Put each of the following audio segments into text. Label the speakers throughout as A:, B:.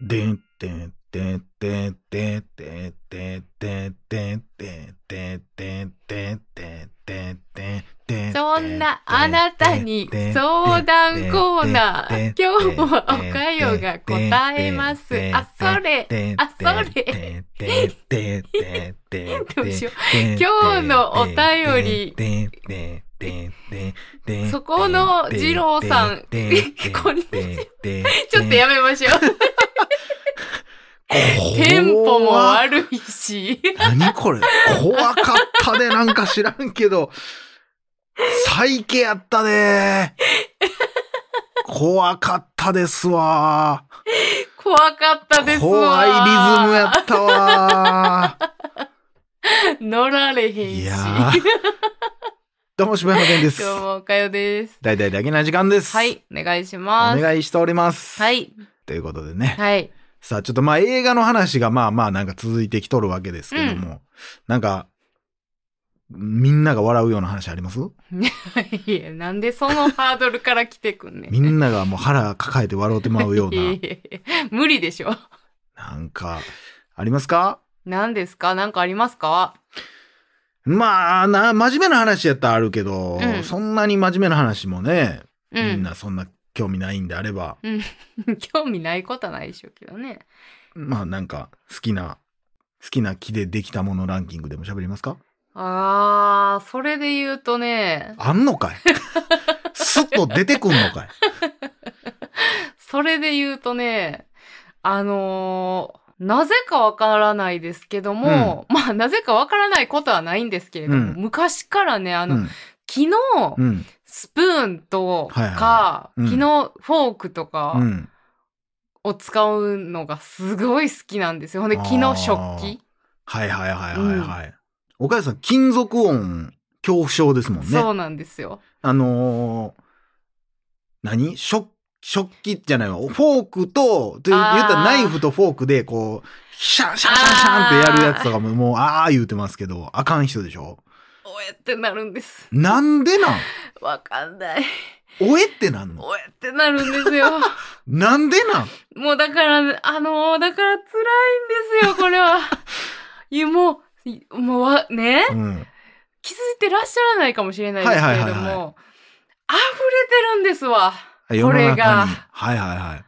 A: でんてんてんてんてんてんてんてんてんてんてんてんてんてんてんてんてん
B: そんなあなたに相談コーナー。今日もおかよが答えます。あ、それ。あ、それ。どうしよう今日のお便り
A: り
B: そこの二郎さんこんにちちょっとやめましょう。テンポも
A: 怖っ
B: 悪いし。
A: 何これ怖かったで、なんか知らんけど。最低やったで。怖かったですわ。
B: 怖かったですわ。
A: 怖いリズムやったわ。
B: 乗られへん
A: い
B: し。
A: やーどうも、柴山健です。
B: 今日もおかよです。
A: 大々だけな時間です。
B: は。い、お願いし
A: お
B: ます。
A: 願いしております。
B: は。い、
A: ということでね。
B: はい。
A: さあ、ちょっとまあ映画の話がまあまあなんか続いてきとるわけですけども、なんか、みんなが笑うような話あります
B: いや、なんでそのハードルから来てくんねん。
A: みんながもう腹抱えて笑うてまうよう
B: いや、
A: ない
B: やいや無理でしょ。
A: なんか、ありますか
B: 何ですか何かありますか
A: まあな、真面目な話やったらあるけど、
B: うん
A: そんなに真面目な話もね、
B: う
A: みん
B: ん。
A: なそんな興味ないんであれば、
B: 興味ないことはないでしょうけどね。
A: まあなんか好きな、好きな木でできたものランキングでも喋りますか
B: あー、それで言うとね、
A: あんの かいすっと出てくんのかい
B: それで言うとね、あのーなぜかわからないですけども、まあ、なぜかわからないことはないんですけれども、
A: うん
B: 昔からね、あの、
A: うん
B: 昨日、
A: うん。
B: スプーンと
A: はいはい
B: か、
A: うん
B: 昨日、フォークとか
A: うん。
B: を使うのがすごい好きなんですよ。ほんで、昨
A: あー
B: 日、食器、
A: はいはいはいはいはい。岡谷さん、金属音恐怖症ですもん
B: そ
A: ね
B: う。なんですよ。
A: あのー、何食、食器じゃないわ。フォークと、と言
B: あー
A: ったらナイフとフォークで、こう、シャンシャンシャンシャンってやるやつとかも、もう、あー言うてますけど、あかん人でしょ
B: おえってなるんです。
A: なんでなん
B: わかんない。
A: おえってなんの
B: おえってなるんですよ。
A: なんでなん
B: もうだから、あのーだから辛いんですよ、こ れは。いや、もうい、もうわ、ね、
A: うん。
B: 気づいてらっしゃらないかもしれないですけれども、
A: はいはいはい
B: 溢れてるんですわ。
A: 世
B: こ
A: の中に
B: れが
A: はいはいはい。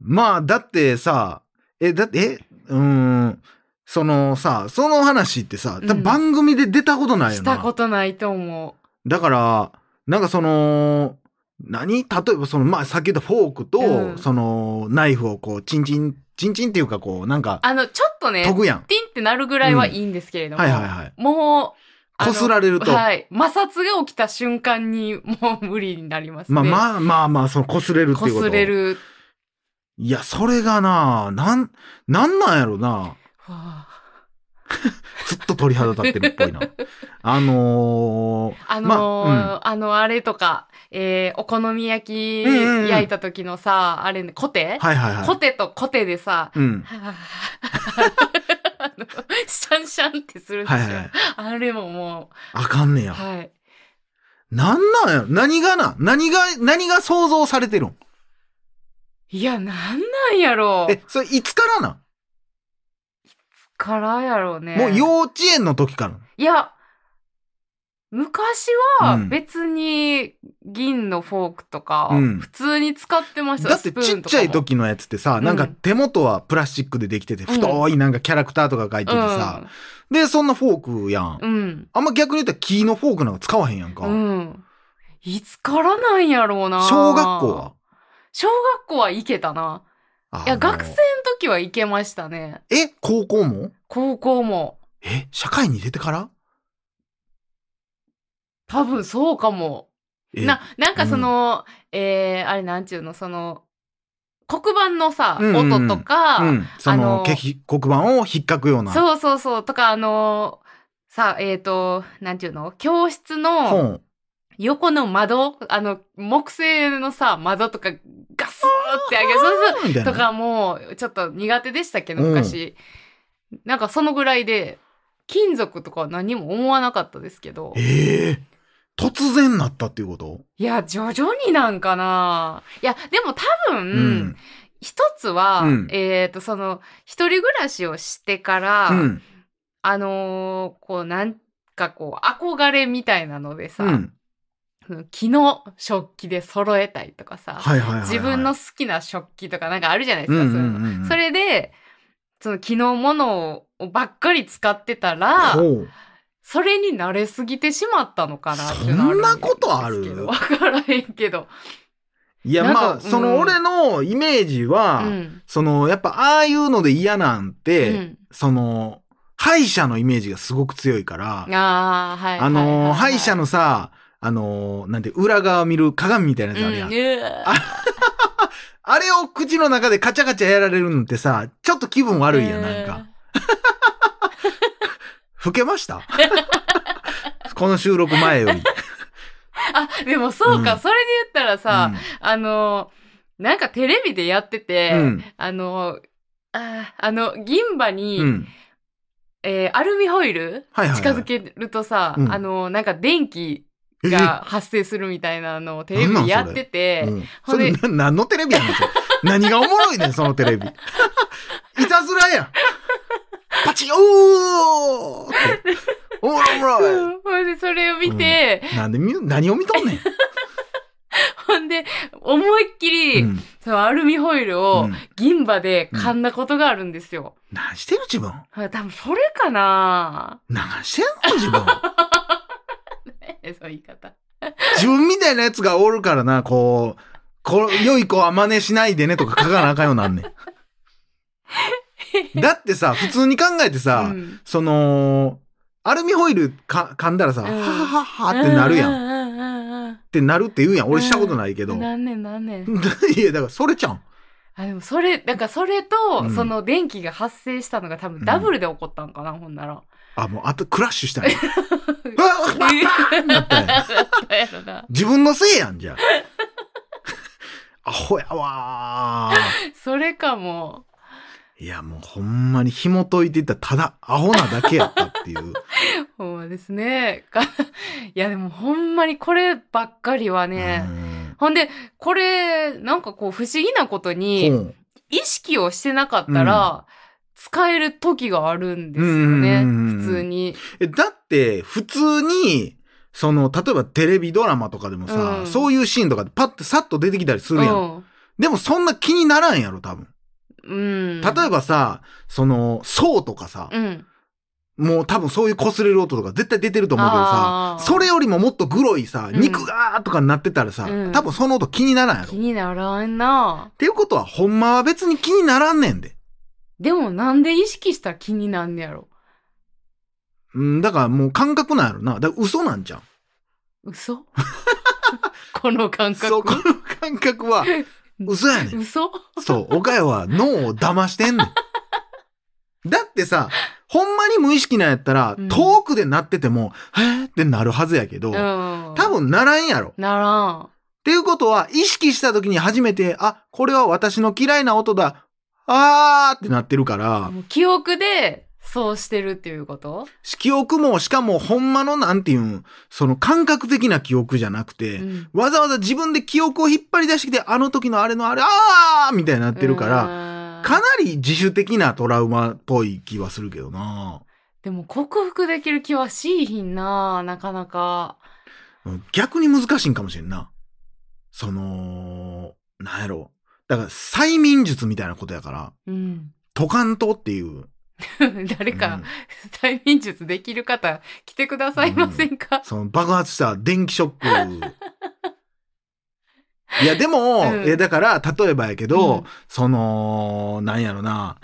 A: まあ、だってさ、え、だって、え、うーん、そのさ、その話ってさ、多分
B: うん
A: 番組で出たことないよ
B: し
A: な。
B: たことないと思
A: だから、なんかその、何例えばその、まあさっき言ったフォークと、
B: うん
A: その、ナイフをこう、チンチン、チンチンっていうかこう、なん
B: う。
A: か、
B: あの、ちょっとね、
A: 研ぐやん。
B: ピンってなるぐらいはいいんですけれども、
A: はいはいはい。
B: もう、あ
A: こ
B: の
A: すられると。
B: はい、摩擦が起きた瞬間にもう無理になりますね。
A: まあまあまあまあ、その、こすれるって
B: こ
A: いうこと。
B: すれ。る。
A: いや、それがな、なん、なんなんやろな。
B: は
A: ずっと鳥肌立ってるっぽいな。あのー、
B: ああのー
A: まあ
B: あの、あれとか、えーお好み焼き
A: うんうんうん
B: 焼いた時のさ、あれね、コテ、
A: はいはいは
B: コ
A: い。
B: テとコテでさ、
A: うん。
B: はぁあのシャンシャンってするんです
A: は
B: よ。
A: いはい。
B: あれももう、
A: あかんねや。
B: はい。
A: なんなんやろ何がな何が、何が想像されてるん
B: いや、なんなんやろ
A: え、それいつからなん
B: からやろうね。
A: もう幼稚園の時から。
B: いや、昔は
A: うん
B: 別に銀のフォークとか
A: うん、
B: 普通に使ってました。
A: だって
B: スプー
A: ちっ
B: ンと
A: ち
B: か
A: ゃ
B: も
A: い時のやつってさ、なんか
B: うん
A: 手元はプラスチックでできてて、太いなんかキャラクターとか書いててさ、で、そんなフォークやん。
B: うん。
A: あんま逆に言ったら木のフォークなんか使わへんやんか。
B: うん。うん。いつからなんやろうな。
A: 小学校は
B: 小学校は行けたな。
A: あ
B: いや、
A: の
B: 学生の時は行けましたね。
A: え、高校も
B: 高校も。
A: え、社会に出てから
B: 多分そうかも。
A: え
B: な、なんかその、えー、あれなんちゅうの、その、黒板のさ、
A: うんうん
B: 音とか、
A: うん。そ
B: あ
A: の、
B: の
A: けひ黒板を引っかくような。
B: そうそうそう、とかあのさ、えっ、と、なんちゅうの、教室の
A: 本。
B: 横の窓、あの、木製のさ、窓とかガスーって上げる、そうそう
A: みたいな。
B: とかもうちょっと苦手でしたけど
A: うん
B: 昔、なんかそのぐらいで金属とかは何も思わなかったですけど
A: ええ突然なったっていうこと
B: いや徐々になんかないやでも多分、。一つは、
A: うん
B: えっ、と、その、一人暮らしをしてから、
A: うん。
B: あのーこう、なんかこう、憧れみたいなのでさ、
A: うん。
B: 木の食器で揃えたいとかさ、
A: はいはいはいはい。
B: 自分の好きな食器とかなんかあるじゃないで
A: うん
B: す
A: う
B: か、
A: ん
B: そうういうんの。
A: うん
B: それで、その木のものをばっかり使ってたら、
A: ほう
B: それに慣れすぎてしまったのかなってる
A: そんなことある
B: ですけど わからへんけど。
A: いや、
B: なんか
A: ま
B: う
A: あ、
B: ん
A: その俺のイメージ
B: う
A: は、
B: ん。
A: その、やっぱああいうので嫌なん
B: う
A: て、
B: ん。
A: その、歯医者のイメージがすごく強いから、
B: ああ、はい。
A: あのー
B: はい
A: 歯医者、のさ、あのーなんて、裏側見る鏡みたいな
B: は
A: や
B: い
A: つ
B: は
A: あ
B: い
A: るやん。
B: うんうわ
A: あれを口の中でカチャカチャやられるのってさ、ちょっと気分悪いやん、なん
B: う
A: か。老けました この収録前より。
B: あ、でもそうか、
A: うん
B: それで言ったらさ、あのーなんかテレビでやってて、
A: うん。うん。
B: あのーあーあの、銀歯に、
A: うん。
B: えーアルミホイル
A: はいはいはい
B: 近づけるとさ、
A: うん
B: あのーなんか電気
A: え
B: が発生するみたいなのをテレビでやってて、
A: うん
B: ほ
A: そ
B: んで
A: れ、な何のテレビやねん、それ何がおもろいねん、 そのテレビ。いたずらやん。パチおーっておもろいおも ろい。
B: うんほんで、それを見て、
A: なんで見、何を見とん ねん。
B: ほんで、思いっきり、
A: うん
B: そのアルミホイル
A: う
B: を
A: ん
B: 銀歯で噛んだことがあるんですよ。
A: 何してる自分。
B: あ多分それかな
A: 何してんの自分。
B: え、そう言い方。
A: 自分みたいなやつがおるからな、こう、こ良い子は真似しないでねとか書かなあかんようなん ねん。だってさ、普通に考えてさ、
B: うん
A: その、アルミホイルか噛んだらさ、
B: うん
A: ははははってなるやん。
B: う
A: っ
B: んうんうんうん
A: てなるって言うやん。俺したこと ないけど。
B: うん。
A: い
B: なんねんなんねん。
A: や、だからそれちゃうん。
B: あ、でもそれ、だからそれと、
A: うん
B: その電気が発生したのが多分ダブルで起こったんかな、ほん なら。
A: あ、もう、あとクラッシュしたんや。うわうわバーンなったんや
B: そうやろな。
A: 自分のせいやん、じゃ あ。アホやわー。
B: それかも。
A: いや、もうほんまに紐解いていったらただアホなだけやったっていう。
B: ほんまですね。 かいや、でもほんまにこればっかりは ね。
A: うん
B: ほんで、これ、なんかこう、不思議なことに、
A: ほう
B: 意識をしてなかったら、使える時があるんですよね。
A: うんうんうんうん
B: 普通に。
A: えだって、普通に、その、例えばテレビドラマとかでもさ、
B: うん
A: そういうシーンとかでパッてさっと出てきたりするやん。でもそんな気にならんやろ、多分。
B: うん。うん。
A: 例えばさ、その、そうとかさ、
B: うん。
A: もう多分そういう擦れる音とか絶対出てると思うけどさ
B: あ、ー
A: それよりももっとグロいさ、
B: うん
A: 肉がーとかになってたらさ、
B: うん
A: 多分その音気にならんやろ。
B: 気
A: っ
B: にならんな。
A: ていうことは、ほんまは別に気にならんねんで。
B: でもなんで意識したら気になんねやろ。
A: うん、だからもう感覚なんやろな。だから嘘なんじゃん。
B: 嘘この感覚。
A: そう、この感覚 は嘘やねん。
B: 嘘
A: そう、岡山は脳を騙してんねん。だってさ、ほんまに無意識なんやったら、
B: うん
A: 遠くで鳴ってても、へーってなるはずやけど、
B: うん。
A: 多分ならんやろ。っ
B: ならん。
A: ていうことは、意識した時に初めて、あ、これは私の嫌いな音だ。あーってなってるから、
B: もう記憶でそうしてるっていうこと、
A: 記憶も、しかもほんまのなんていうん、その感覚的な記憶じゃなくて、
B: うん、
A: わざわざ自分で記憶を引っ張り出してきて、あの時のあれのあれ、あーみたいになってるから、
B: ら
A: かなり自主的なトラウマっぽい気はするけどな。
B: でも克服できる気はしいひんななかなか。
A: 逆に難しいんかもしれんな。その、なんやろ。だから、催眠術みたいなことやから、
B: うん。
A: トカントっていう。
B: 誰
A: う
B: か
A: ん、
B: 催眠術できる方、来てくださいませんか、
A: その爆発した電気ショック。いや、でも、
B: うん
A: えだから、例えばやけど、
B: うん
A: その、なんやろな、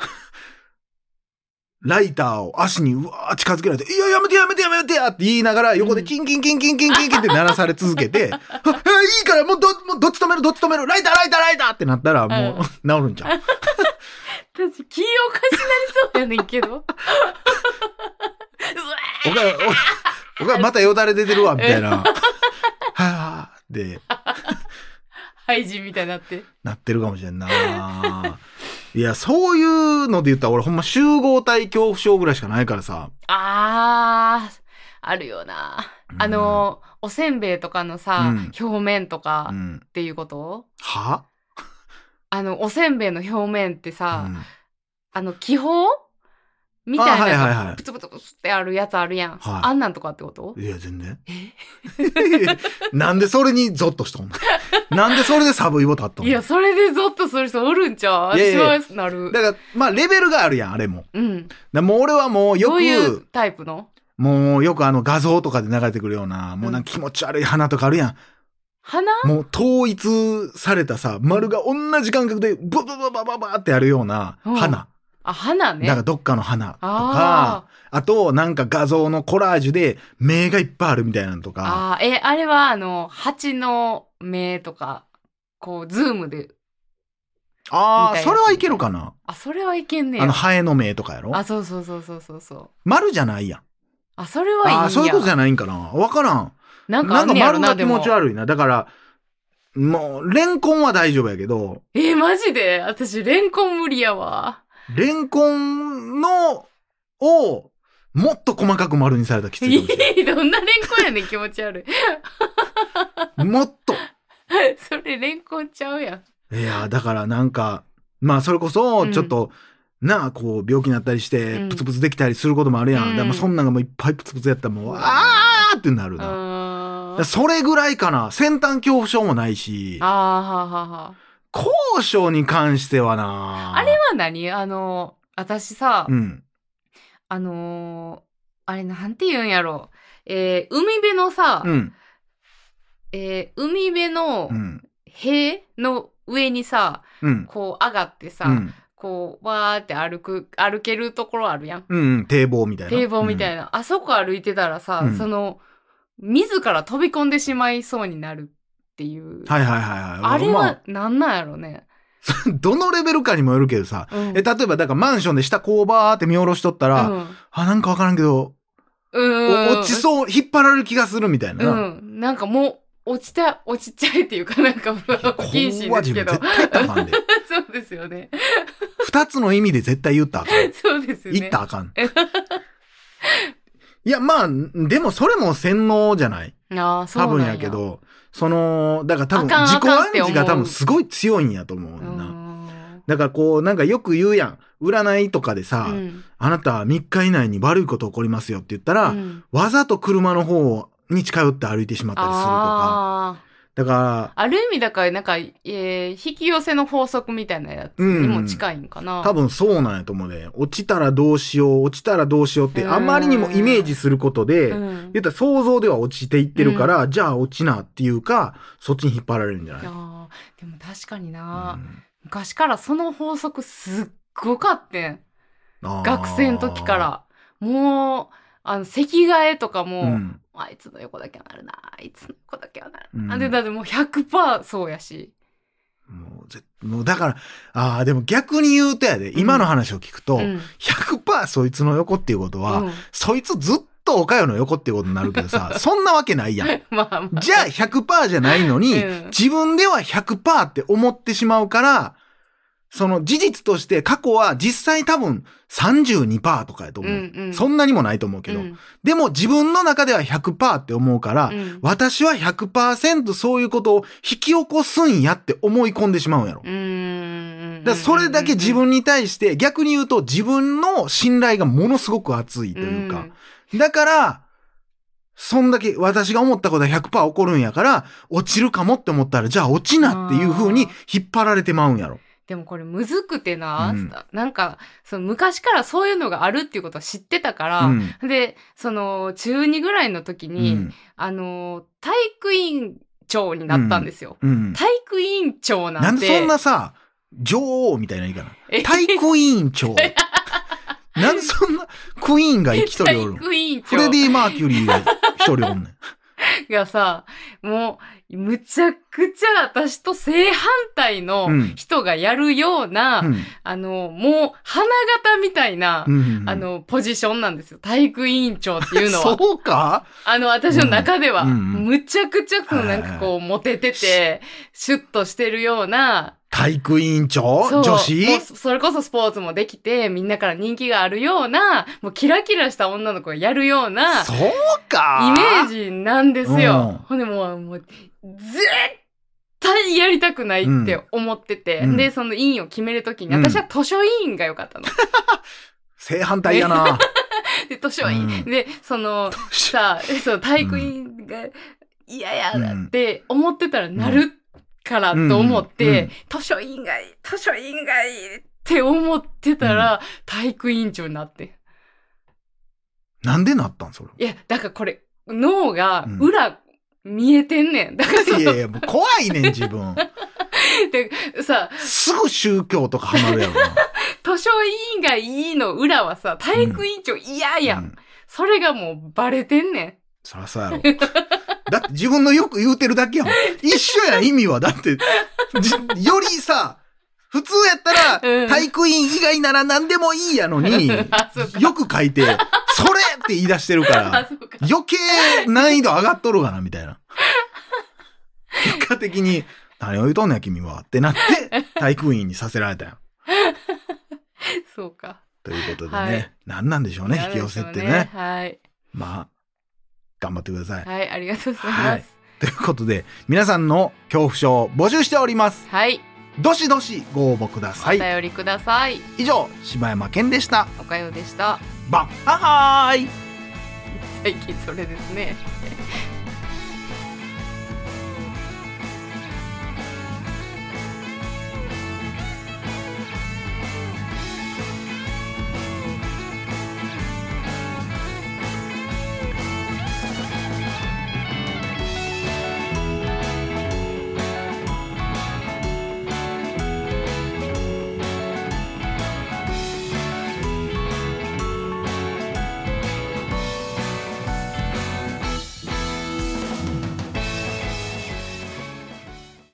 A: ライターを足にうわー近づけられて、いや、やめてやめてやめてやって言いながら、横でキンキンキンキンキンキンキンって鳴らされ続けて、ああいいからもうど、もうどっち止めるどっち止めるライターライターライターってなったら、もう、
B: うん
A: 治るんちゃう
B: 私、気おかしなりそうやね んけど。うわ
A: おかおかまたよだれ出てるわ、みたいな。はぁーって。
B: ハイジみたいになって。
A: なってるかもしれんな。 いや、そういうので言ったら俺ほんま集合体恐怖症ぐらいしかないからさ。
B: あー、あるよな。
A: うん
B: あの、おせんべいとかのさ、
A: うん
B: 表面とか
A: うん。
B: っていうこと
A: は
B: あの、おせんべいの表面ってさ、
A: うん
B: あの、気泡みたいな、
A: あはいはいはい
B: プツプツプツってあるやつあるや
A: は
B: ん。
A: い
B: あんなんとかってこと
A: いや、全然。 なんでそれにゾッとしたん なんでそれでサブイボ立ったの
B: いや、それでゾッとする人おるんちゃう
A: いやい
B: 私
A: や
B: はなる。
A: だから、まあ、レベルがあるやん、あれも。
B: うん。
A: だもう俺はもうよ
B: どういう
A: く、
B: タイプの
A: もうよくあの画像とかで流れてくるような、もうなんか気持ち悪い花とかあるやん。
B: 鼻
A: もう統一されたさ、丸が同じ感覚で、ブブブブブブってやるような
B: うん
A: 花。
B: あ、鼻ね。
A: なんかどっかの花と
B: あ
A: か、あとなんか画像のコラージュで目がいっぱいあるみたいなのと
B: ー
A: か、
B: あー。え、あれはあの、蜂の目とか、こう、ズームで。
A: あ
B: み
A: あ、
B: たいな
A: それはいけるかな
B: あ、それはいけんね
A: あ
B: や
A: の、。ハエの目とかやろ
B: あ、そうそうそうそうそうそう。
A: 丸じゃないやん。
B: あ、それはいいん
A: あ
B: や。
A: あー、そういうことじゃないんかなわからん。
B: なんか
A: な
B: あ
A: ん
B: ん
A: か
B: ねやろ
A: 丸
B: な、
A: が
B: で
A: 気
B: も
A: 持。ち悪いな。だから、もう、レンコンは大丈夫やけど、
B: えー、マジで私、レンコン無理やわ。
A: レンコンの、を、もっと細かく丸にされたらきついかもしれない。
B: いい どんなレンコンやねん、気持ち悪い。
A: もっと。
B: それ、レンコンちゃうやん。
A: いやーだからなんか、まあそれこそ、ちょっと、なあ、こう、病気になったりして
B: うん、
A: プツプツできたりすることもあるやん。
B: うん
A: でもそんなんがもういっぱいプツプツやったらもう、
B: うん
A: あーってなるな。だか
B: あ
A: ら
B: ー
A: それぐらいかな。先端恐怖症もないし、
B: あー、はあはあは
A: 高所に関してはな
B: あ。あれは何あの、私さ、
A: うん。
B: あのーあれなんて言うんやろ。えー海辺のさ、
A: うん。
B: えー海辺の
A: うん。
B: 塀の上にさ、
A: うん。
B: こう上がってさ、
A: うん。
B: こう、わーって歩く、歩けるところあるやん。
A: うんうん。堤防みたいな。
B: 堤防みたい
A: な。
B: な、あそこ歩いてたらさ、
A: うん
B: その自ら飛び込んでしまいそうになるっていう、
A: はいはいはいはい。
B: あれ
A: ま
B: はなんなんやろね、
A: あどのレベルかにもよるけどさ。
B: うん、
A: え、例えば、だからマンションで下こうバーって見下ろしとったら、あ、なんかわからんけど、
B: うん、う
A: お
B: ん
A: 落ちそう、引っ張られる気がするみたいなな。
B: うんなんかもう落ちた落ちちゃいっていうかなんか不謹
A: こ
B: 慎
A: こは
B: です
A: 自
B: け
A: 分
B: ど
A: 絶対言ったらあかんで。
B: そうですよね
A: 二つの意味で絶対言ったらあかん。
B: そうですよね
A: 言ったらあかん。いや、まあ、でもそれも洗脳じゃない
B: ああそう
A: 多
B: なん
A: 分
B: や
A: やけど、その、だから多分
B: あかん
A: 自己
B: あかん
A: 暗
B: って思う
A: 示が多分すごい強いんやと思うね
B: うん
A: な。
B: ん
A: だからこう、なんかよく言うやん。占いとかでさ、
B: うん
A: あなた3日以内に悪いこと起こりますよって言ったら、
B: うん
A: わざと車の方に近寄って歩いてしまったりするとか。
B: ああ
A: だか
B: ある意味だからなんか、えー引き寄せの法則みたいなやつにも近いんかな、
A: ら、多分そうなんやと思うね。落ちたらどうしよう、落ちたらどうしようって、
B: うん
A: あまりにもイメージすることで、
B: うん
A: 言ったら想像では落ちていってるから、じゃあ落ちなっていうか、そっちに引っ張られるんじゃない、
B: あーでも確かにな、
A: うん
B: 昔からその法則すっごかってん
A: あー
B: 学生の時か。らもうあの席替えとかも、
A: うん。
B: あいつの横だけはなるなあいつの横だけはなる
A: うん
B: な、でだってもう100%そうやし
A: もうぜもうだから、ああ、でも逆に言うとやで、今の話を聞くと、
B: うん
A: 100%そいつの横っていうことは、
B: うん
A: そいつずっとおかよの横ってことになるけどさ、そんなわけないやん。
B: まあまあ
A: じゃあ100%じゃないのに、
B: うん
A: 自分では100%って思ってしまうから、その事実として過去は実際多分32%とかやと思う。
B: うんうん
A: そんなにもないと思うけど、
B: うん
A: でも自分の中では100%って思うから、
B: うん
A: 私は100%そういうことを引き起こすんやって思い込んでしまうんやろ。
B: うんうんうん
A: だからそれだけ自分に対して、逆に言うと自分の信頼がものすごく厚いというか、だから、そんだけ私が思ったことは100%起こるんやから、落ちるかもって思ったら、じゃあ落ちなっていう風に引っ張られてまうんやろ。
B: でもこれむずくてな、
A: うん
B: なんかその昔からそういうのがあるっていうことを知ってたから、
A: うん。
B: でその中2ぐらいの時
A: う
B: に、
A: ん。
B: あのー体育委員長になったんですよ。
A: うん。
B: 体育委員長な
A: なんん
B: て。
A: でそんなさ、女王みたいな言い方な。
B: え
A: 体育委員 長。なんでそんなクイーンが一人おる
B: 体
A: の
B: 育委員
A: フレデ
B: 長
A: ィ・マーキュリーが一人おんね ん。
B: がさ、もう、むちゃくちゃ私と正反対の
A: うん
B: 人がやるような、
A: うん
B: あの、もう、花形みたいな、
A: うん。
B: あの、ポジションなんですよ。体育委員長っていうのは。
A: そうか
B: あの、私の中では、
A: うんうん
B: むちゃくちゃ、このなんかこう、モテてて、シュッとしてるような、
A: 体育委員長
B: そう
A: 女
B: もう
A: 子
B: そそれこそスポーツもできて、みんなから人気があるような、もうキラキラした女の子がやるような、イ
A: そうか
B: メージなんですよ。
A: うん
B: ほんでもう、もう、絶対やりたくないって思ってて、
A: うん
B: で、その委員を決めるときに、
A: うん
B: 私は図書委員が良かったの。
A: 正反対やな。
B: で、図書委員。
A: うん
B: で、その、さあ、その体育委員が嫌やだって思ってたらなるからと思って、
A: うんうんうん
B: 図書委員がいい、図書委員がいいって思ってたら、体育委員長になって。
A: なんでなったんそれ。
B: いや、だからこれ、脳が裏、見えてんねん。だからそ
A: い
B: の
A: やいや、もう怖いねん、自分。
B: でさ、
A: すぐ宗教とかハマるやろ な。
B: 図書委員がいいの裏はさ、体育委員長嫌や。
A: うん
B: それがもうバレてんねん。
A: そらそうやろ。だって自分のよく言うてるだけやもん。一緒やん、意味は。だって、じよりさ、普通やったら、
B: うん
A: 体育委員以外なら何でもいいやのに、
B: あ、そうか。
A: よく書いて、それって言い出してるか
B: あ、
A: ら、
B: そうか。
A: 余計難易度上がっとるがな、みたいな。結果的に、何を言うとんねん、君は。ってなって、体育委員にさせられたよ。
B: そうか。
A: ということでね、
B: はい
A: 何なんでしょうね、引き寄せってね。
B: はい。
A: まあ、頑張ってください。
B: はい、ありがとうござい
A: は
B: ま
A: い
B: す。
A: ということで、皆さんの恐怖症を募集しております。
B: はい、
A: どしどしご応募ください。
B: お便りください。
A: 以上、柴山健でした。
B: おかよでした。
A: バッハハーイ
B: 最近それですね。